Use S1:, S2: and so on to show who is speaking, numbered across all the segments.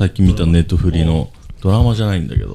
S1: 最近見たネットフリのドラマじゃないんだけど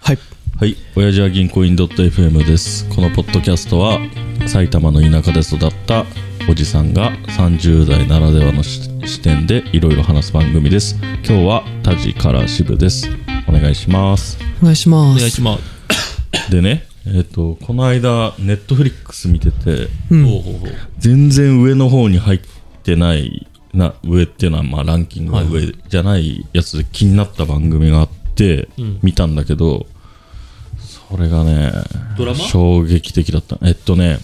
S2: はい
S1: はい親父は銀行員 .fm ですこのポッドキャストは埼玉の田舎で育ったおじさんが30代ならではのし視点でいろいろ話す番組です今日は田地から渋ですお願いします
S2: お願いします
S3: お願いします。
S1: でねえっ、とこの間ネットフリックス見てて
S2: うん
S3: ほうほうほう。
S1: 全然上の方に入ってないな上っていうのはまあランキングの上じゃないやつで気になった番組があって
S3: うん
S1: 見たんだけど、それがね
S3: ドラマ
S1: 衝撃的だったえっとね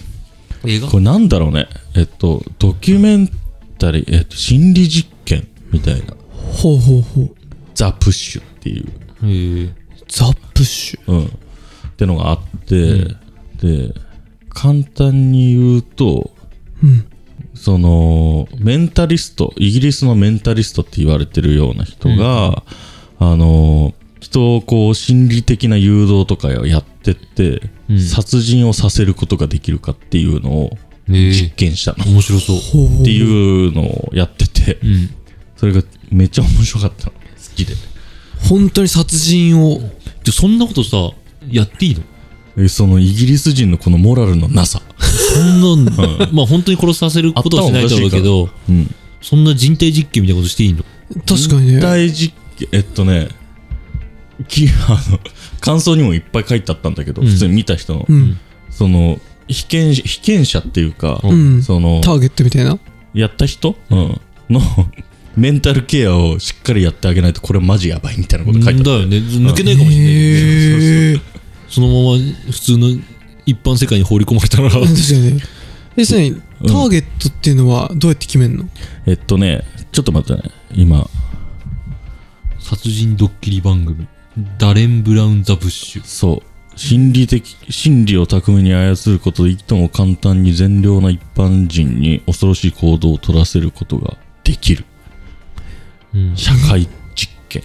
S3: 映画
S1: これなんだろうねえっとドキュメンタリー、えっと、心理実験みたいな
S2: ほうほうほう
S1: 「ザ・プッシュ」っていう、
S3: へえ。
S2: ザ・プッシュ
S1: うん、ってのがあって、で簡単に言うと
S2: うん
S1: そのメンタリストイギリスのメンタリストって言われてるような人が、あの人をこう心理的な誘導とかをやってって、
S3: うん
S1: 殺人をさせることができるかっていうのを
S3: へ
S1: 実
S3: え。
S1: 験したの、っ
S3: 面白そう。
S2: ほうほう
S1: ていうのをやってて
S3: うん。
S1: それがめっちゃ面白かったの好きで
S2: 本当に殺人を
S3: じゃ、そんなことさ、やっていいの
S1: えそのイギリス人のこのモラルのなさ、
S3: そんなん、まあ本当に殺させることはしないだろうけど、
S1: うん、
S3: そんな人体実験みたいなことしていいの
S2: 確かに
S1: 人
S2: ね
S1: 体実験えっとねき あの感想にもいっぱい書いてあったんだけど、
S3: うん
S1: 普通に見た人の、
S2: うん
S1: その被験者被験者っていうか、
S2: うん
S1: その
S2: ターゲットみたいな
S1: やった人、うんの メンタルケアをしっかりやってあげないとこれマジやばいみたいなこと書いてあ
S3: だ
S1: っ
S3: よね。抜けないかもしれない。
S2: へえ
S3: そのまま普通の一般世界に放り込まれたら、
S2: 確かにねえそれにターゲットっていうのはどうやって決めんの
S1: たえっとねちょっと待ってね今
S3: 殺人ドッキリ番組。ダレン・ブラウン・ザ・ブッシュ。
S1: そう心理的心理を巧みに操ることでいとも簡単に善良な一般人に恐ろしい行動を取らせることができる
S3: うん。
S1: 社会実験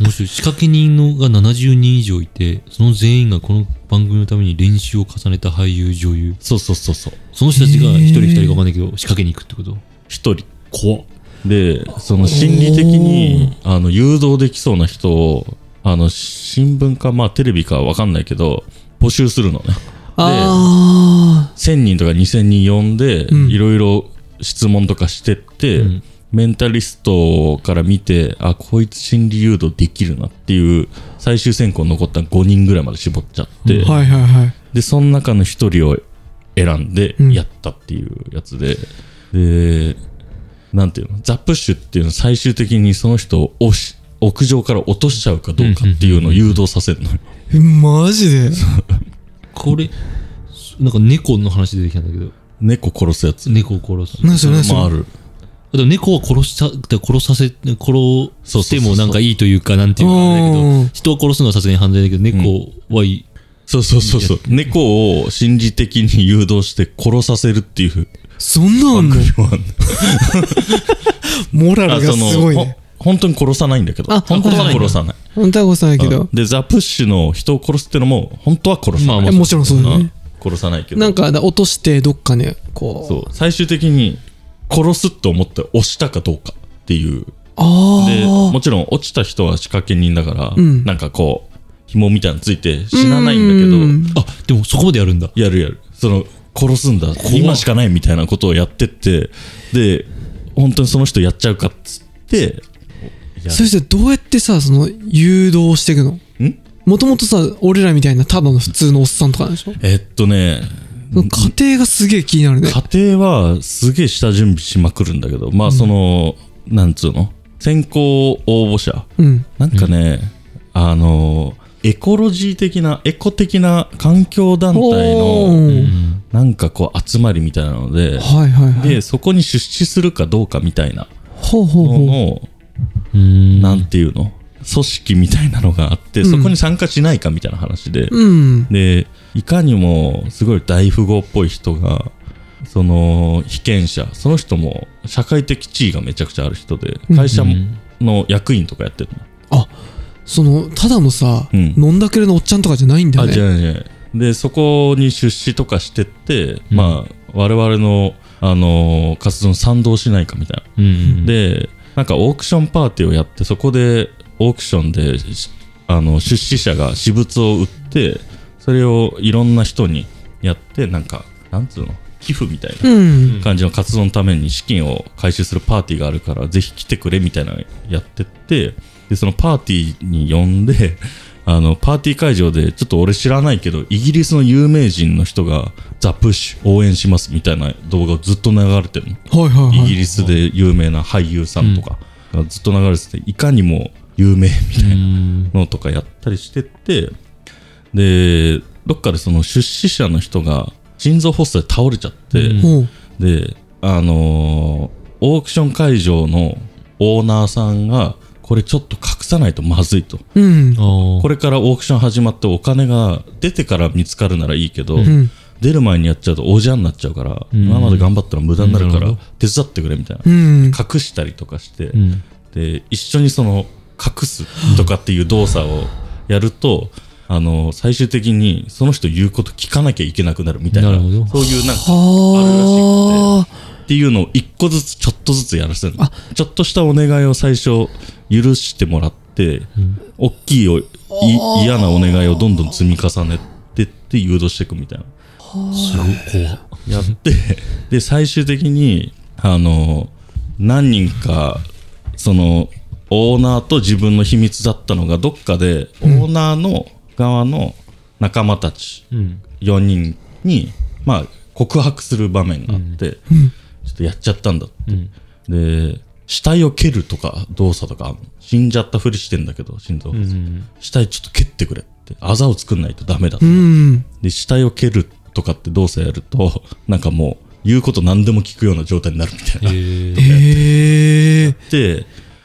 S3: 面白い。仕掛け人のが70人以上いて、その全員がこの番組のために練習を重ねた俳優、女優。
S1: そうそうそうそう
S3: その人たちが一人二人か分かんないけど、仕掛けに行くってこと
S1: 一人怖でその心理的にあの誘導できそうな人をあの新聞かまあテレビかわかんないけど募集するのね
S2: ああ
S1: 1000人とか2000人呼んで
S2: ん
S1: いろいろ質問とかしてって、
S3: うん
S1: メンタリストから見てあこいつ心理誘導できるなっていう最終選考残った5人ぐらいまで絞っちゃって、
S2: はいはいはい
S1: でその中の一人を選んで
S2: うん
S1: やったっていうやつで、でなんていうのザ・プッシュっていうのは最終的にその人を押し屋上から落としちゃうかどうかっていうのを誘導させるのよ
S2: えマジで
S3: これ、なんか猫の話出てきたんだけど、
S1: 猫殺すやつ
S3: 猫を殺す。
S2: 何それ何
S1: もあ
S2: それ
S1: る
S3: でも猫は殺した、殺させ、殺
S1: そうそう
S3: して
S1: そう
S3: もなんかいいというか、なんていうかあれだけ
S2: う
S3: ど
S2: ん、
S3: 人を殺すのはさすがに犯罪だけど、猫はいい。
S1: そうそうそうそう猫を心理的に誘導して殺させるっていう
S2: そんなのあんの
S1: もある
S2: モラ
S1: あ
S2: ルが
S1: その
S2: すごい
S1: ほ
S2: ね
S1: 本当に殺さないんだけど
S2: あ
S1: 本当は殺さない
S2: 本当はごさないけど
S1: でザ・プッシュの人を殺すってのも本当は殺さない、
S3: まあ
S2: えもちろんそうだよね
S1: 殺さないけど
S2: なんか落としてどっかねこう
S1: そう最終的に殺すと思って押したかどうかっていう
S2: あ
S1: で
S2: あ
S1: もちろん落ちた人は仕掛け人だから、
S2: ん
S1: なんかこう紐みたいなのついて死なないんだけど、
S2: うん
S3: あ、でもそこまでやるんだ。
S1: やるやるその殺すんだ今しかないみたいなことをやってってで本当にその人やっちゃうかっつって
S2: それじゃどうやってさその誘導していくの
S1: ん
S2: もともとさ俺らみたいなただの普通のおっさんとかなんでしょ
S1: えっとね
S2: その過程がすげえ気になるね
S1: 家庭はすげえ下準備しまくるんだけどまあその、なんつうの先行応募者
S2: うん
S1: なんかね、あのエコロジー的なエコ的な環境団体の
S2: おー
S3: うん
S1: なんかこう集まりみたいなので、
S2: はいはいはい
S1: でそこに出資するかどうかみたいな
S2: ほうほう
S1: の
S2: ほう
S1: の、
S3: うん。
S1: なんていうの組織みたいなのがあって、
S2: ん
S1: そこに参加しないかみたいな話で、
S2: うん
S1: でいかにもすごい大富豪っぽい人がその被験者その人も社会的地位がめちゃくちゃある人で
S2: うん
S1: 会社
S3: うん
S1: の役員とかやってるの、
S2: そのただのさ、
S1: うん
S2: 飲んだくれのおっちゃんとかじゃないんだよ
S1: あじゃ
S2: ね
S1: ないじゃないでそこに出資とかしてって、まあ我々の、あのー活動に賛同しないかみたいな、
S3: うん。
S1: でなんかオークションパーティーをやってそこでオークションでしあの出資者が私物を売ってそれをいろんな人にやってなんかなんつうの寄付みたいな
S2: うん。
S1: 感じの活動のために資金を回収するパーティーがあるからぜひ来てくれみたいなのやってってでそのパーティーに呼んで あのパーティー会場でちょっと俺知らないけどイギリスの有名人の人が「ザ・プッシュ応援します」みたいな動画をずっと流れてるの
S2: はいはい
S1: イ
S2: は
S1: ギ
S2: い。
S1: リスで有名な俳優さんとかがずっと流れてていかにも有名みたいな
S3: うん
S1: のとかやったりしてってでどっかでその出資者の人が心臓発作で倒れちゃって、
S3: うん
S2: ほう。
S1: で、あのーオークション会場のオーナーさんが、これちょっと隠さないとまずいと。
S2: うん
S3: あ。ー
S1: これからオークション始まってお金が出てから見つかるならいいけど、
S2: うん。
S1: 出る前にやっちゃうとおじゃんになっちゃうから、
S3: ん
S1: 今まで頑張ったら無駄になるか
S3: なる
S1: ら
S3: ほど
S1: 手伝ってくれみたいな。
S2: うん。
S1: 隠したりとかして、
S3: うん
S1: で一緒にその隠すとかっていう動作をやるとあの最終的にその人言うこと聞かなきゃいけなくなるみたいな
S3: なるほど
S1: そういうなんかあるらしくて
S2: はあ。
S1: っていうのを一個ずつちょっとずつやらせるの
S2: あ
S1: ちょっとしたお願いを最初許してもらって、大きいおい嫌なお願いをどんどん積み重ねてって誘導していくみたいな
S3: すごい怖っ
S1: やって で最終的にあの何人かそのオーナーと自分の秘密だったのがどっかでオーナーの側の仲間たち
S3: うん
S1: 4人に、まあ、告白する場面があって、ちょっとやっちゃったんだって
S3: うん
S1: で死体を蹴るとか動作とかあんの死んじゃったふりしてんだけど心臓、
S3: うん
S1: 死体ちょっと蹴ってくれってあざを作んないとダメだって、
S2: うん。
S1: で死体を蹴るとかって動作やると なんかもう言うこと何でも聞くような状態になるみたいな、
S3: えー
S2: へえ。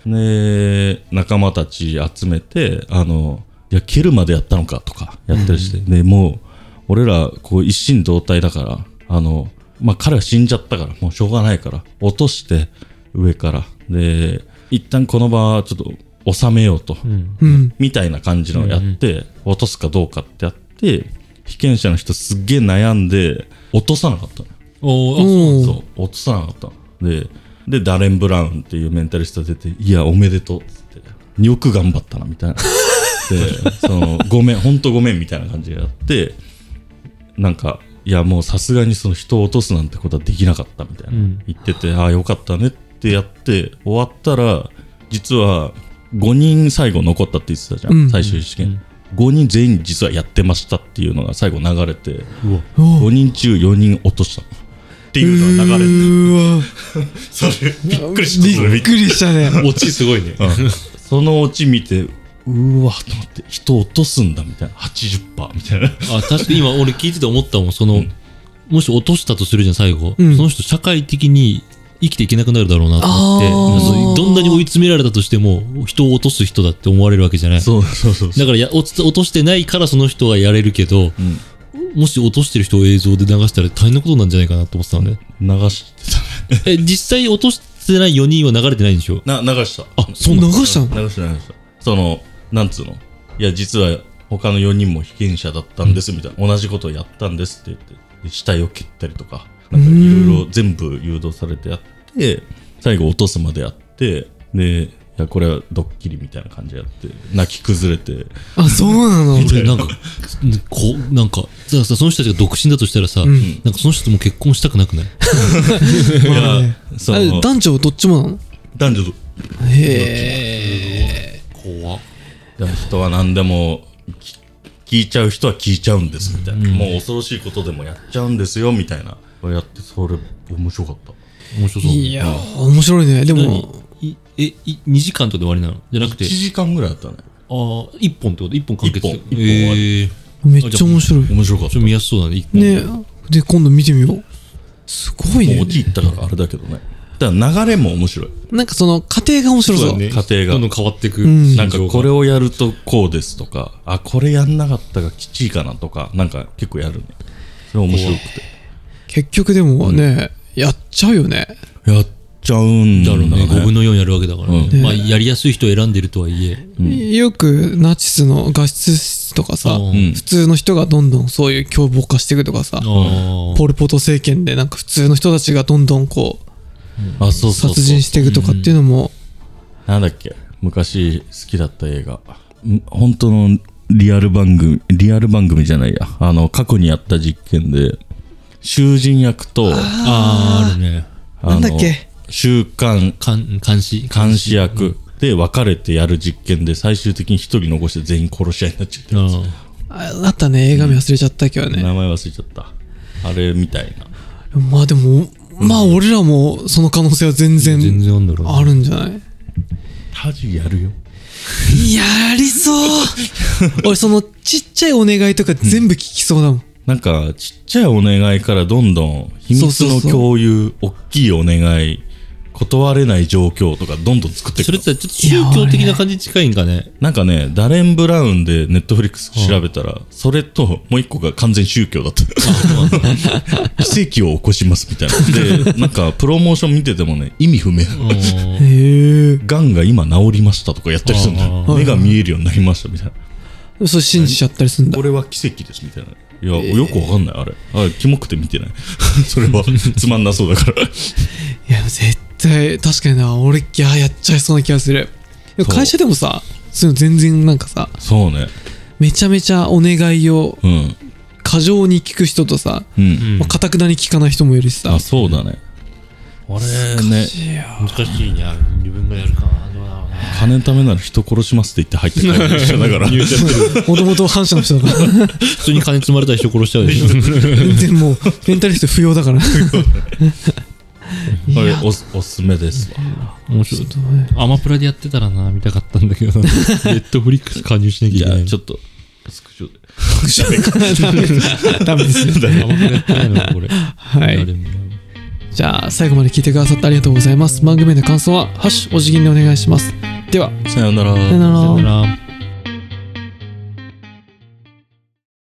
S1: でね仲間たち集めてあのいや蹴るまでやったのかとかやったりして、でもう俺らこう一心同体だからあの、まあ、彼は死んじゃったからもうしょうがないから落として上からで一旦この場はちょっと収めようと、
S3: うん
S2: うん。
S1: みたいな感じのをやって、落とすかどうかってやって被験者の人すっげえ悩んで落とさなかったの
S3: おーあ
S2: おお。
S1: そう落とさなかったのででダレン・ブラウンっていうメンタリスト出て「いやおめでとう」っつって「よく頑張ったな」みたい なでその「ごめんほんとごめん」みたいな感じでやってなんか「いやもうさすがにその人を落とすなんてことはできなかった」みたいな、
S3: うん
S1: 言ってて「ああよかったね」ってやって終わったら実は5人最後残ったって言ってたじゃん、
S2: うん
S1: 最終試験、5人全員実はやってましたっていうのが最後流れて
S3: うわ
S2: お
S1: 5人中4人落としたっていうのが流れて
S2: うーわ
S1: それびっくりした
S2: びっく りしたね。
S3: 落ちすごいね
S1: そのオチ見てうわと思って人落とすんだみたいな80%みたいな
S3: あ確かに今俺聞いてて思ったもんその、もし落としたとするじゃん最後、
S2: うん
S3: その人社会的に生きていけなくなるだろうなと思って
S2: あー
S3: うんどんなに追い詰められたとしても人を落とす人だって思われるわけじゃないだ
S1: そうそうそう
S3: からや落ち落としてないからその人はやれるけど、もし落としてる人を映像で流したら大変なことなんじゃないかなと思ってたんで、
S1: 流して
S3: え実際落としてない4人は流れてないんでしょ
S1: たな流した
S3: あそう
S2: 流
S3: なんだ
S2: したの
S1: 流した流したそのなんつうのいや実は他の4人も被験者だったんですみたいな同じことをやったんですって言ってで死体を蹴ったりとかなんかいろいろ全部誘導されてやって最後落とすまでやってでいやこれはドッキリみたいな感じでやって泣き崩れて
S2: あ、そうなの
S3: 俺なんか、こう、なんか、さ、さその人たちが独身だとしたらさ、
S2: ん
S3: なんかその人とも結婚したくなくない
S1: い
S2: まあね
S1: やそ
S2: あ
S1: の
S2: れ男女どっちもなの
S1: 男女と
S2: へえ。
S3: 怖っ。
S1: だから人は何でもき聞いちゃう人は聞いちゃうんですみたいな、もう恐ろしいことでもやっちゃうんですよみたいなやってそれ面白かった
S3: 面白そう。
S2: いやー、面白いね。でも、
S3: いえ、い2時間とかで終わりなのじゃなくて
S1: 1、時間ぐらいだったね
S3: ああ、1本ってこと ?1 本完結
S1: 一本
S3: えー、ち
S2: めっちゃ面白い。
S1: 面白かっ
S3: ょったと見やすそうだね、1本。
S2: ねで、今度見てみよう。すごい
S1: もう
S2: ね
S1: お。じいったからあれだけどねだから流れも面白い
S2: なんかその、家庭が面白そう。
S1: 家庭が
S3: どんどん変わっていく。
S2: ん
S1: なんかこれ
S3: を、
S1: をやるとこうですとかあこれやんなかったがきちいかなとかなんか結構やるねそれ面白く
S2: 結局でもね、やっちゃうよね。
S1: てやっちゃうんだ
S3: だ
S1: ろ
S3: ろ
S1: う
S3: う
S1: ね
S3: ね、5分の4やるわけだからね。
S1: うん
S3: まあ、やりやすい人を選んでるとはいえ。
S2: よくナチスの画質室とかさ、
S3: うん
S2: 普通の人がどんどんそういう凶暴化していくとかさ、
S3: ああ。
S2: ポル・ポト政権でなんか普通の人たちがどんどんこう
S1: あそうそうそう
S2: 殺人していくとかっていうのも
S1: なんだっけ昔好きだった映画ん本当のリアル番組リアル番組じゃないやあの過去にやった実験で囚人役とあ
S3: あーあるね
S1: の
S2: なんだっけ
S1: 習慣
S3: 監監視
S1: 監視役で分かれてやる実験で最終的に一人残して全員殺し合いになっちゃって
S3: う
S1: る
S3: ん
S2: ああったね映画名忘れちゃったけどね、
S1: 名前忘れちゃったあれみたいな
S2: まあでもまあ俺らもその可能性は全
S3: 全
S2: 然
S3: 然あんだろうね
S2: あるんじゃない
S1: タジやるよ
S2: やりそう 俺そのちっちゃいお願いとか全部聞きそうだもん、
S1: なんかちっちゃいお願いからどんどん秘密
S2: そ
S1: の
S2: うそうそう
S1: 共有大きいお願い断れない状況とかどんどん作っていく
S3: それってちょっと宗教的な感じに近いんかね
S1: なんかね、ダレン・ブラウンでネットフリックス調べたら、それともう一個が完全宗教だった。奇跡を起こしますみたいな。で、なんかプロモーション見ててもね、意味不明。
S3: うん
S2: へえ
S1: がんが今治りましたとかやったりするんだよ
S3: あ。ー
S1: 目が見えるようになりましたみたいな。
S2: それ信じちゃったりするんだ
S1: これは奇跡ですみたいな。いや、よくわかんない、あれ。あれ、キモくて見てない。 それはつまんなそうだから。
S2: いや絶対確かにな俺いややっちゃいそうな気がするでも
S1: そう
S2: 会社でもさそういうの全然なんかさ
S1: そうね。
S2: めちゃめちゃお願いを
S1: うん。
S2: 過剰に聞く人とさ
S1: うん。
S2: まあかたくなに聞かない人もいるしさ
S1: あ、そうだね。あれね、
S2: いや
S3: 難しいね自分がやるかなどうだろうね
S1: 金のためなら人殺しますって言って 入ってくる一緒だから。
S2: もともと反社の人だ から
S3: 普通に金積まれたら人殺しちゃうでしょ
S2: 全然もうメンタリスト不要 だから
S1: これおすおすすめですわ。
S3: 面白いアマプラでやってたらな見たかったんだけどなネットフリックス加入しなきゃい
S1: じゃ
S3: けない
S1: あ、
S3: の
S1: ちょっと、スクショで。
S2: ダメですダメですよ
S3: アマプラやってないのかこれ
S2: は
S3: や
S2: い
S3: れんの や
S2: じゃあ最後まで聞いてくださってありがとうございます番組への感想は「ハッシュお辞儀」にお願いしますでは
S1: さようなら
S2: さよな
S3: さよ
S2: ら
S3: なら